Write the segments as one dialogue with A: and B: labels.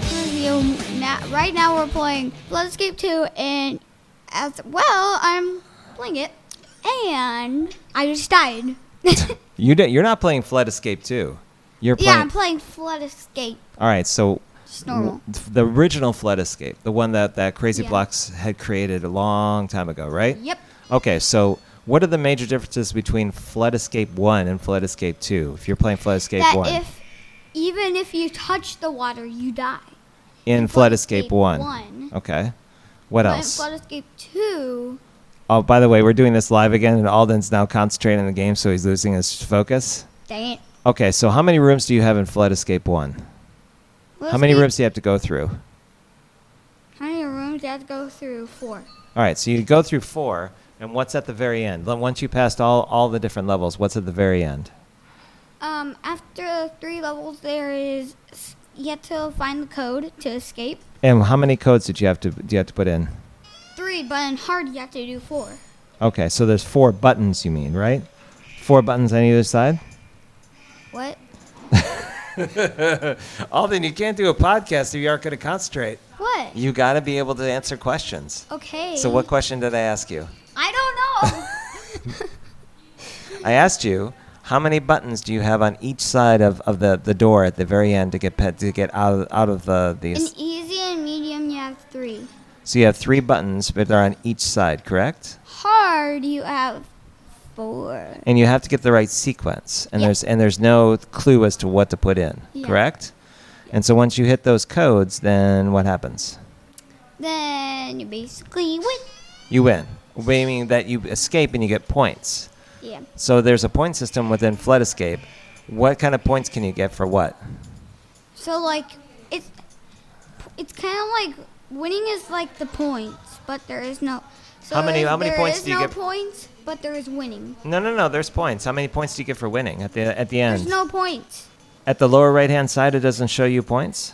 A: So now, right now we're playing Bloodscape 2, and as well, I'm playing it, and I just died. yeah,
B: You di- you're not playing Flood Escape 2. You're playing.
A: I'm playing Flood Escape,
B: All right, so
A: just
B: w-
A: normal.
B: the original Flood Escape, the one that, that Crazy
A: Yeah.
B: Blocks had created a long time ago, right?
A: Yep.
B: Okay, so what are the major differences between Flood Escape 1 and Flood Escape 2 if you're playing Flood Escape
A: That
B: 1?
A: if even if you touch the water, you die.
B: in Flood Escape 1. Okay. What
A: But in
B: else?
A: Flood Escape 2,
B: Oh, by the way, we're doing this live again, and Alden's now concentrating on the game, so he's losing his focus.
A: dang it.
B: Okay, so how many rooms do you have in Flood Escape 1?
A: Flood
B: How many
A: Escape-
B: rooms do you have to go through?
A: How many rooms do you have to go through? Four.
B: All right, so you go through four, and what's at the very end? Then Once you passed all, all the different levels, what's at the very end?
A: Um, after three levels, there is you have to find the code to escape.
B: And how many codes did you have to do you have to put in?
A: Three, but in hard you have to do four.
B: Okay, so there's four buttons. You mean right? Four buttons on either side.
A: What?
B: Alden, you can't do a podcast if you aren't going to concentrate.
A: What?
B: You got to be able to answer questions.
A: Okay.
B: So what question did I ask you?
A: I don't know.
B: I asked you how many buttons do you have on each side of, of the, the door at the very end to get pe- to get out of, out of the
A: in
B: these.
A: easy and medium, you have three.
B: So you have three buttons, but they're on each side, correct?
A: Hard, you have four.
B: and you have to get the right sequence and
A: Yeah.
B: there's and there's no clue as to what to put in
A: Yeah.
B: correct and so once you hit those codes then what happens
A: Then you basically win.
B: you win meaning that you escape and you get points
A: Yeah.
B: so there's a point system within flood escape what kind of points can you get for what
A: So like, it's it's kind of like winning is like the points, but there is no. So
B: How many-
A: is-
B: how many
A: there
B: points
A: is
B: do you
A: no
B: get?
A: points, but there is winning.
B: no no no there's points how many points do you get for winning at the at the end
A: There's no points.
B: at the lower right hand side it doesn't show you points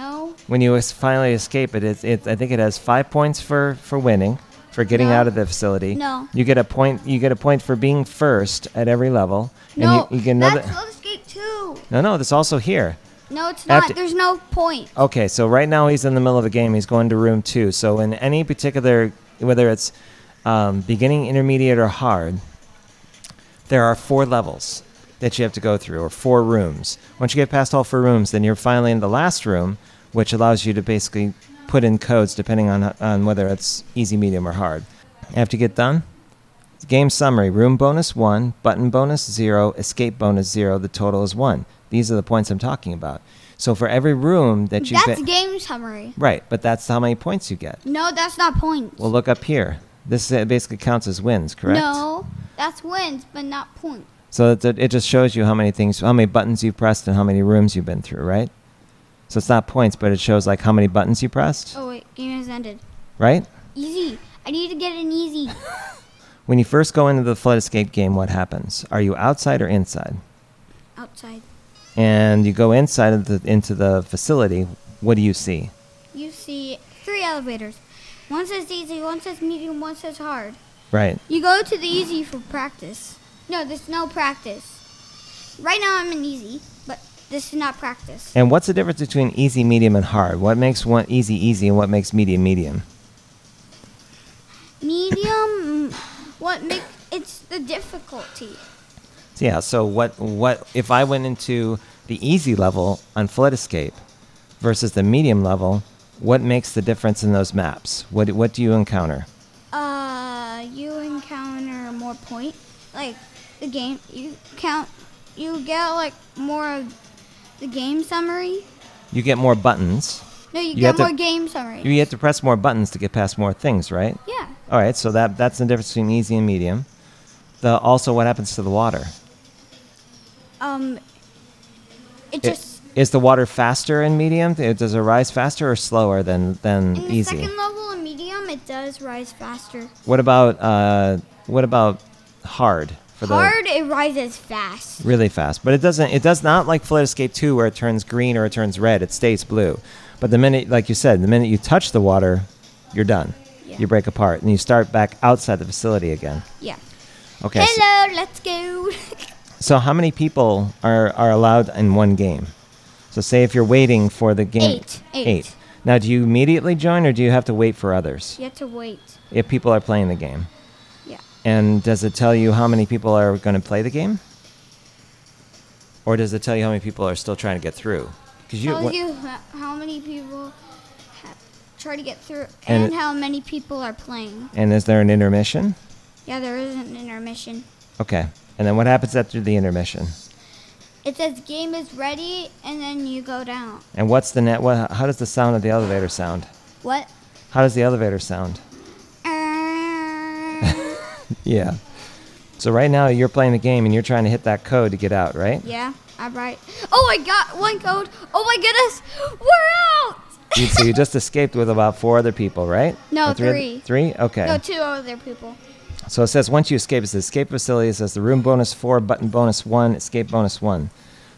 A: No.
B: when you es- finally escape it, it, it i think it has five points for for winning for getting
A: No.
B: out of the facility
A: No.
B: you get a point you get a point for being first at every level
A: No.
B: and you, you get another
A: That's Let's Escape Two.
B: no no that's also here
A: No, it's
B: After-
A: not. There's no point.
B: okay so right now he's in the middle of a game he's going to room two so in any particular whether it's um, beginning intermediate or hard there are four levels that you have to go through or four rooms once you get past all four rooms then you're finally in the last room which allows you to basically put in codes depending on, on whether it's easy medium or hard after you get done game summary room bonus 1 button bonus 0 escape bonus 0 the total is 1 these are the points i'm talking about so for every room that you've
A: That's
B: been
A: game summary.
B: right but that's how many points you get
A: No, that's not points.
B: well look up here this uh, basically counts as wins correct
A: No, that's wins, but not points.
B: So it, it just shows you how many things, how many buttons you pressed, and how many rooms you've been through, right? So it's not points, but it shows like how many buttons you pressed,
A: Oh wait, game has ended.
B: right?
A: Easy. I need to get an easy.
B: When you first go into the flood escape game, what happens? Are you outside or inside?
A: Outside.
B: And you go inside of the, into the facility. What do you see?
A: You see three elevators. One says easy, one says medium, one says hard.
B: Right.
A: You go to the easy for practice. No, there's no practice. Right now I'm in easy, but this is not practice.
B: And what's the difference between easy, medium, and hard? What makes one easy, easy, and what makes medium, medium?
A: Medium, mm, what make it's the difficulty.
B: So yeah. So what? What if I went into the easy level on Flood Escape versus the medium level? What makes the difference in those maps? What What do you encounter?
A: Uh, you encounter more point, like the game. You count. You get like more of the game summary.
B: You get more buttons.
A: No, you,
B: You have
A: get
B: to-
A: more game summary.
B: You have to press more buttons to get past more things, right?
A: yeah.
B: All right. So that that's the difference between easy and medium. The also what happens to the water?
A: Um. It
B: It-
A: just
B: is the water faster in medium? It- Does it rise faster or slower than
A: in
B: than
A: the
B: easy?
A: second level in medium, it does rise faster.
B: What about uh, what about hard for the
A: Hard, it rises fast.
B: really fast. But it doesn't. It does not like Flood Escape Two, where it turns green or it turns red. It stays blue. But the minute, like you said, the minute you touch the water, you're done.
A: Yeah.
B: You break apart and you start back outside the facility again.
A: Yeah.
B: Okay. so-
A: Hello, let's go.
B: So, how many people are are allowed in one game? So say if you're waiting for the game.
A: Eight. Eight.
B: Now, do you immediately join or do you have to wait for others
A: You have to wait.
B: if people are playing the game?
A: Yeah.
B: And does it tell you how many people are going to play the game? Or does it tell you how many people are still trying to get through? Because you,
A: tells
B: what-
A: you ho- how many people ha- try to get through
B: And-
A: and, how many people are playing.
B: and is there an intermission?
A: Yeah, there is an intermission.
B: Okay. And then what happens after the intermission?
A: It says game is ready, and then you go down.
B: And what's the net? What, how does the sound of the elevator sound?
A: What?
B: How does the elevator sound?
A: Uh,
B: Yeah. So right now you're playing the game and you're trying to hit that code to get out, right?
A: yeah, I'm right. Oh, I got one code. Oh my goodness, we're out.
B: You- so you just escaped with about four other people, right?
A: No,
B: Or oth- Three? Okay.
A: No, two other people.
B: So it says once you escape, it says escape facility. It says the room bonus four, button bonus one, escape bonus one.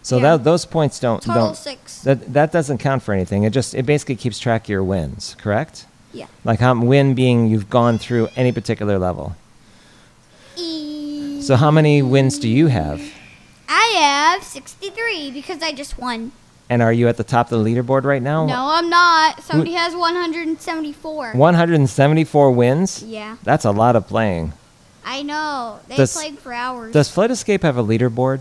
B: So
A: Yeah.
B: that, those points don't
A: Total
B: don't
A: six.
B: that that doesn't count for anything. It just it basically keeps track of your wins, correct?
A: Yeah.
B: Like how win being you've gone through any particular level.
A: E-
B: So how many wins do you have?
A: I have 63 because I just won.
B: And are you at the top of the leaderboard right now?
A: No, I'm not. Somebody has 174.
B: 174 wins?
A: Yeah,
B: That's a lot of playing.
A: I know. They
B: Does-
A: played for hours.
B: Does Flight Escape have a leaderboard?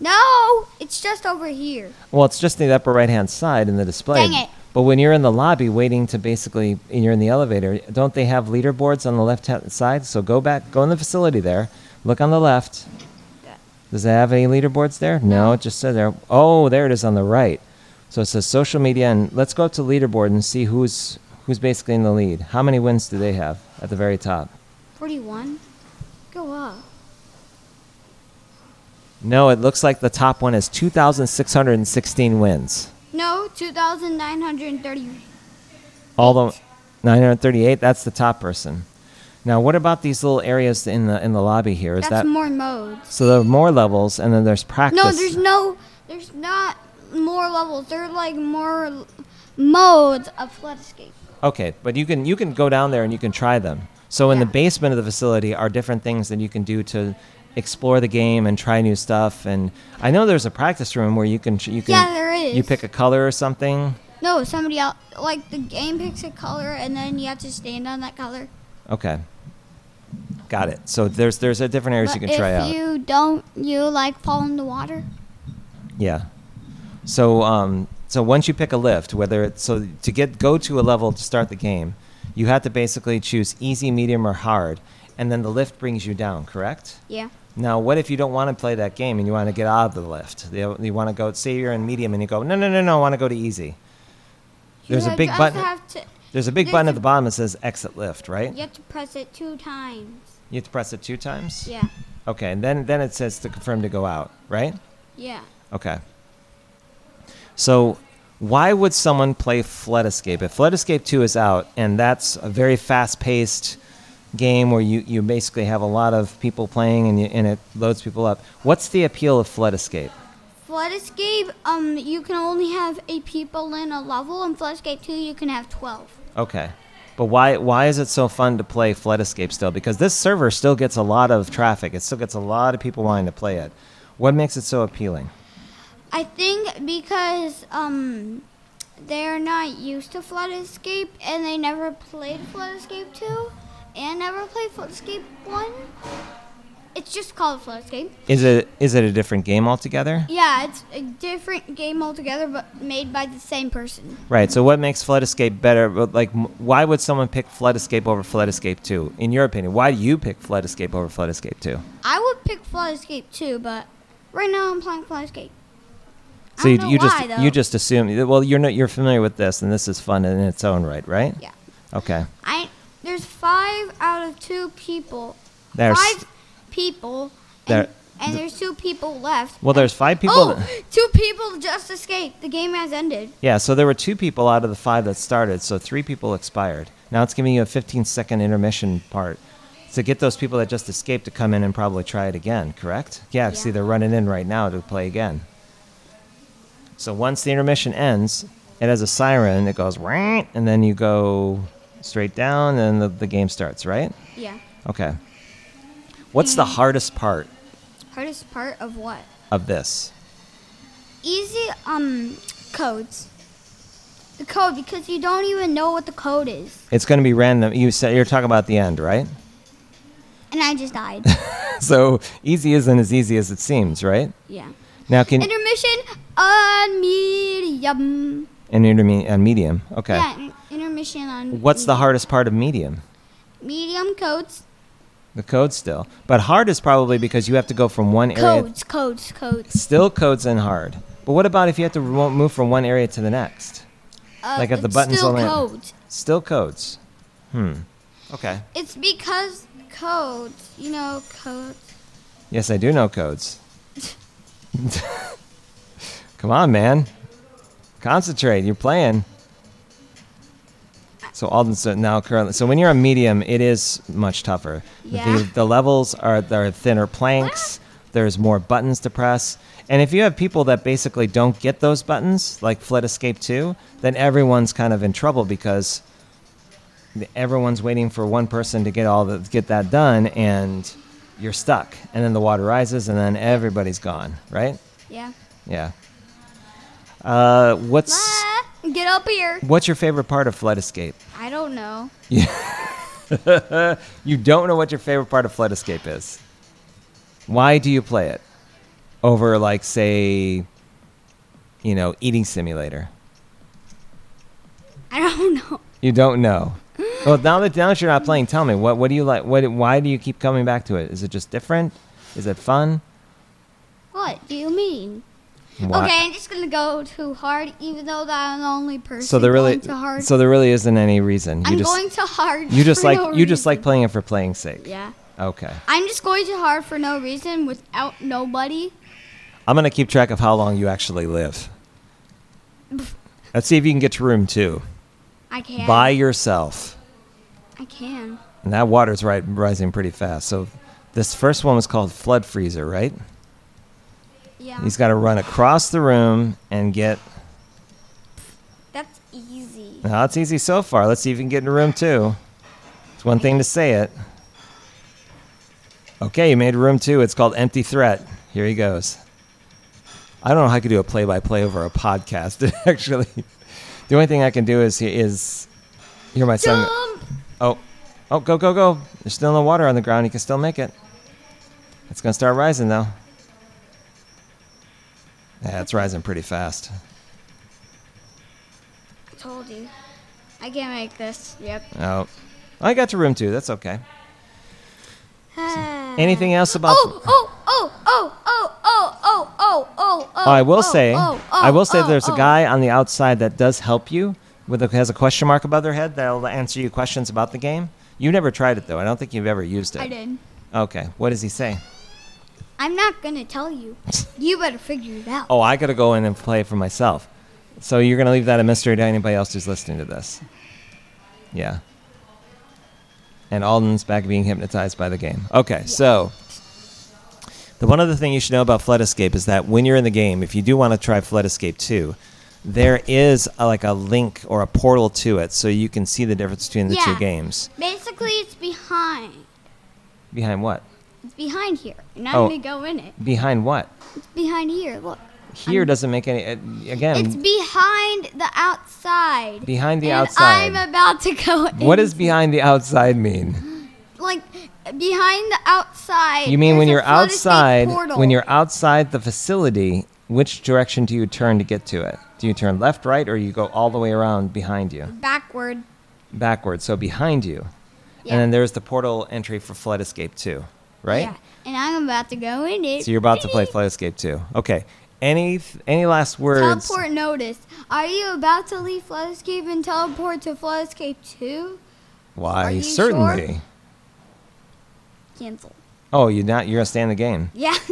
A: no, it's just over here.
B: Well, it's just the upper right hand side in the display.
A: Dang it.
B: But when you're in the lobby waiting to basically, and you're in the elevator, don't they have leaderboards on the left hand side? So go back, go in the facility there, look on the left. Does it have any leaderboards there? No, it just says there. Oh, there it is on the right. So it says social media, and let's go up to leaderboard and see who's who's basically in the lead. How many wins do they have at the very top?
A: 41? Go up.
B: No, it looks like the top one is 2,616 wins.
A: No, 2,930.
B: All the 938, that's the top person. Now, what about these little areas in the in the lobby here? Is
A: That's
B: that
A: more modes.
B: so there are more levels and then there's practice.
A: No, there's no, there's not more levels. There's like more l- modes of Flood Escape.
B: Okay, but you can you can go down there and you can try them. So in the
A: Yeah.
B: basement of the facility are different things that you can do to explore the game and try new stuff and I know there's a practice room where you can you can
A: Yeah, there is.
B: you pick a color or something.
A: No, somebody else, like the game picks a color and then you have to stand on that color.
B: Okay. Got it. So there's there's a different areas
A: But
B: you can try
A: if
B: out.
A: you don't, you like fall in the water.
B: Yeah. So um, so once you pick a lift, whether it's so to get go to a level to start the game, you have to basically choose easy, medium, or hard, and then the lift brings you down. Correct.
A: Yeah.
B: Now, what if you don't want to play that game and you want to get out of the lift? You, you want to go, say you're in medium, and you go, no, no, no, no, I want to go to easy. There's
A: you
B: a big
A: just
B: button.
A: Have to,
B: There's a big
A: there's
B: button
A: a-
B: at the bottom that says exit lift, right?
A: you have to press it two times.
B: You have to press it two times.
A: Yeah.
B: Okay, and then then it says to confirm to go out, right?
A: Yeah.
B: Okay. So, why would someone play Flood Escape? If Flood Escape 2 is out, and that's a very fast paced game where you, you basically have a lot of people playing and, you, and it loads people up, what's the appeal of Flood Escape?
A: Flood Escape, um, you can only have eight people in a level, and Flood Escape 2, you can have 12.
B: Okay. But why, why is it so fun to play Flood Escape still? Because this server still gets a lot of traffic, it still gets a lot of people wanting to play it. What makes it so appealing?
A: I think because, um, they're not used to Flood Escape, and they never played Flood Escape 2, and never played Flood Escape 1. It's just called Flood Escape.
B: Is it, is it a different game altogether?
A: Yeah, it's a different game altogether, but made by the same person.
B: Right. So, what makes Flood Escape better? But, Like, m- why would someone pick Flood Escape over Flood Escape Two? In your opinion, why do you pick Flood Escape over Flood Escape Two?
A: I would pick Flood Escape too, but right now I'm playing Flood Escape. I
B: So you,
A: don't know
B: you
A: why,
B: just
A: though.
B: you just assume. Well, you're not you're familiar with this, and this is fun in its own right, right?
A: yeah.
B: Okay.
A: I there's five out of two people.
B: There's
A: five people. And,
B: There-
A: and there's two people left.
B: well, there's five people.
A: Oh,
B: that-
A: two people just escaped. The game has ended.
B: yeah. So there were two people out of the five that started. So three people expired. Now it's giving you a 15 second intermission part to get those people that just escaped to come in and probably try it again. Correct? Yeah. See,
A: Yeah.
B: they're running in right now to play again. So once the intermission ends, it has a siren. It goes, "Wah," and then you go straight down, and the, the game starts. Right?
A: Yeah.
B: Okay. What's the hardest part
A: Hardest part of what?
B: of this?
A: Easy um codes. the code because you don't even know what the code is.
B: It's going to be random. You said you're talking about the end, right?
A: And I just died.
B: So easy isn't as easy as it seems, right?
A: yeah.
B: Now can
A: Intermission on medium.
B: and interme- on medium. Okay.
A: Yeah, in- intermission on.
B: What's the hardest part of medium?
A: medium codes?
B: The code still, but hard is probably because you have to go from one area.
A: Codes, codes, codes.
B: Still codes and hard. But what about if you have to remo- move from one area to the next?
A: Uh,
B: Like if the
A: it's
B: button's
A: still
B: only-
A: codes.
B: Still codes. Hmm. Okay.
A: It's because codes. You know codes.
B: Yes, I do know codes. Come on, man. Concentrate. You're playing. So Alden's now currently. So when you're on medium, it is much tougher.
A: Yeah.
B: The, the levels are there are thinner planks. There's more buttons to press. And if you have people that basically don't get those buttons, like Fled Escape 2, then everyone's kind of in trouble because everyone's waiting for one person to get all the, get that done and you're stuck and then the water rises and then everybody's gone right
A: Yeah.
B: yeah uh, what's
A: Ah, get up here.
B: what's your favorite part of flight escape
A: I don't know.
B: you don't know what your favorite part of flight escape is why do you play it over like say you know eating simulator
A: I don't know.
B: you don't know well now that, now that you're not playing tell me what, what do you like what, why do you keep coming back to it is it just different is it fun
A: What do you mean?
B: Why-
A: Okay, I'm just gonna go too hard, even though that I'm the only person.
B: So there really,
A: going to hard.
B: so there really isn't any reason. You
A: I'm
B: just,
A: going to hard.
B: you just
A: for
B: like,
A: no
B: you just like
A: reason.
B: playing it for playing's sake.
A: Yeah.
B: Okay.
A: I'm just going to hard for no reason without nobody.
B: I'm gonna keep track of how long you actually live. Let's see if you can get to room two
A: I can.
B: by yourself.
A: I can.
B: And that water's right, rising pretty fast. So, this first one was called Flood Freezer, right?
A: Yeah.
B: He's got to run across the room and get.
A: That's easy.
B: Now it's easy so far. Let's see if you can get into room two. It's one thing to say it. Okay, you made room two. It's called Empty Threat. Here he goes. I don't know how I could do a play-by-play over a podcast. Actually, the only thing I can do is is hear my son.
A: Jump.
B: Oh, oh, go, go, go! There's still no water on the ground. He can still make it. It's gonna start rising though. Yeah, it's rising pretty fast.
A: I told you. I can make this. Yep.
B: Oh, I got to room two. That's okay. Anything else about?
A: Oh, oh, oh, oh, oh, oh, oh, oh, oh, oh.
B: Oh, I will
A: oh,
B: say,
A: oh, oh,
B: I will say,
A: oh,
B: there's
A: oh.
B: a guy on the outside that does help you with a, has a question mark above their head that'll answer you questions about the game. You never tried it though. I don't think you've ever used it.
A: I did.
B: Okay. What does he say?
A: I'm not gonna tell you. You better figure it out.
B: Oh, I gotta go in and play for myself. So you're gonna leave that a mystery to anybody else who's listening to this. Yeah. And Alden's back being hypnotized by the game. Okay, so the one other thing you should know about Flood Escape is that when you're in the game, if you do want to try Flood Escape 2, there is a, like a link or a portal to it, so you can see the difference between the two
A: Yeah.
B: games.
A: Basically, it's behind.
B: Behind what?
A: It's behind here. And I'm
B: Oh.
A: gonna go in it.
B: Behind what?
A: It's behind here. Look.
B: Here doesn't make any. uh, Again,
A: Um, It's behind the outside.
B: Behind the
A: and
B: outside.
A: I'm about to go in.
B: what does behind the outside mean?
A: like behind the outside?
B: You mean
A: there's
B: when
A: a
B: you're
A: flood escape
B: outside,
A: portal.
B: when you're outside the facility, which direction do you turn to get to it? Do you turn left, right, or you go all the way around behind you,
A: backward?
B: backwards? So behind you,
A: Yeah.
B: and then there's the portal entry for Flood Escape Two, right?
A: Yeah. And I'm about to go in it.
B: So you're about to play Flood Escape Two. Okay. Any any last words?
A: Teleport notice. Are you about to leave Flood Escape and teleport to Flood Escape 2? Are
B: Why?
A: you
B: Certainly.
A: sure? Cancel.
B: Oh, you're not. You're gonna stay in the game.
A: Yeah.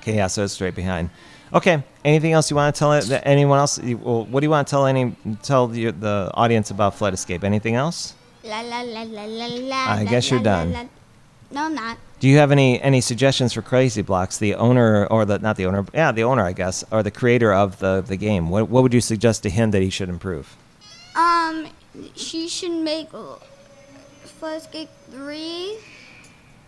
B: Okay. Yeah. So it's straight behind. Okay. Anything else you want to tell it- that anyone else? you- Well, what do you want to tell any tell the, the audience about Flood Escape? Anything else?
A: la la la la la la.
B: I
A: la,
B: guess you're
A: la, la,
B: done.
A: la. No, I'm not.
B: Do you have any any suggestions for Crazy Blocks? The owner or the not the owner, yeah, the owner, I guess, or the creator of the the game. What what would you suggest to him that he should improve?
A: Um, she should make l- Flood Escape 3.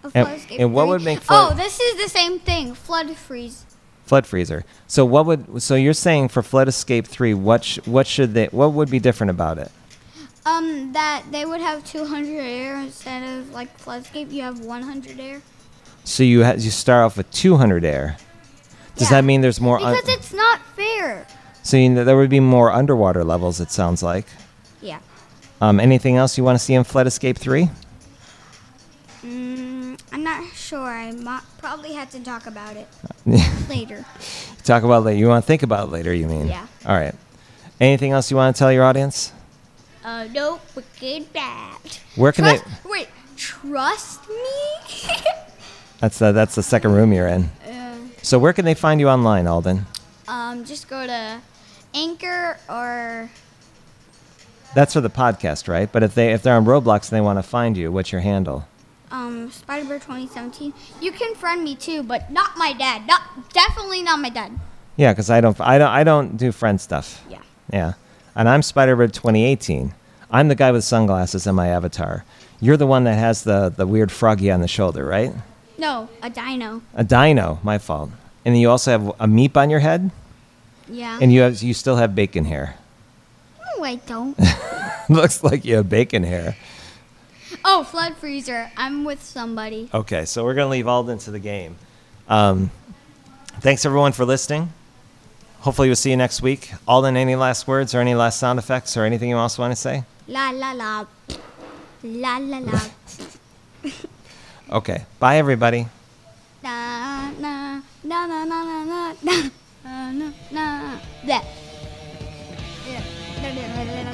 A: A Flood Escape
B: and what
A: 3.
B: would make Flood-
A: Oh, this is the same thing. Flood Freeze.
B: Flood freezer. So what would so you're saying for Flood Escape three? What sh- what should they? What would be different about it?
A: Um, that they would have 200 air instead of like Floodscape, you have 100 air.
B: So you ha- you start off with 200 air. Does
A: Yeah.
B: that mean there's more? un-
A: Because it's not fair.
B: so you know, there would be more underwater levels. It sounds like.
A: Yeah.
B: Um, anything else you want to see in Flood Escape three?
A: Mm, I'm not sure. I mo- probably had to talk about it later.
B: Talk about later. You want to think about it later. You mean?
A: Yeah.
B: All right. Anything else you want to tell your audience?
A: Uh, no, wicked bad.
B: Where can
A: Trust,
B: they?
A: wait, trust me?
B: That's the, that's the second room you're in.
A: uh,
B: So where can they find you online, Alden?
A: um, just go to Anchor or
B: That's for the podcast, right? But if they if they're on Roblox and they want to find you, what's your handle?
A: um, Spider-Bear 2017. You can friend me too, but not my dad. Not definitely not my dad.
B: Yeah, because I don't I don't I don't do friend stuff.
A: Yeah.
B: Yeah. And I'm Spider-Bird 2018. I'm the guy with sunglasses in my avatar. You're the one that has the, the weird froggy on the shoulder, right?
A: No, a dino.
B: A dino, my fault. And you also have a meep on your head,
A: Yeah.
B: and you have you still have bacon hair.
A: no, I don't.
B: Looks like you have bacon hair.
A: oh, flood freezer. I'm with somebody.
B: Okay, so we're gonna leave Alden to the game. Um, thanks everyone for listening. Hopefully we'll see you next week. Alden, any last words or any last sound effects or anything you else want to say?
A: La la la. La la la.
B: Okay. Bye everybody.
A: na na na na na na Dạ. na na na na na. Yeah. Yeah.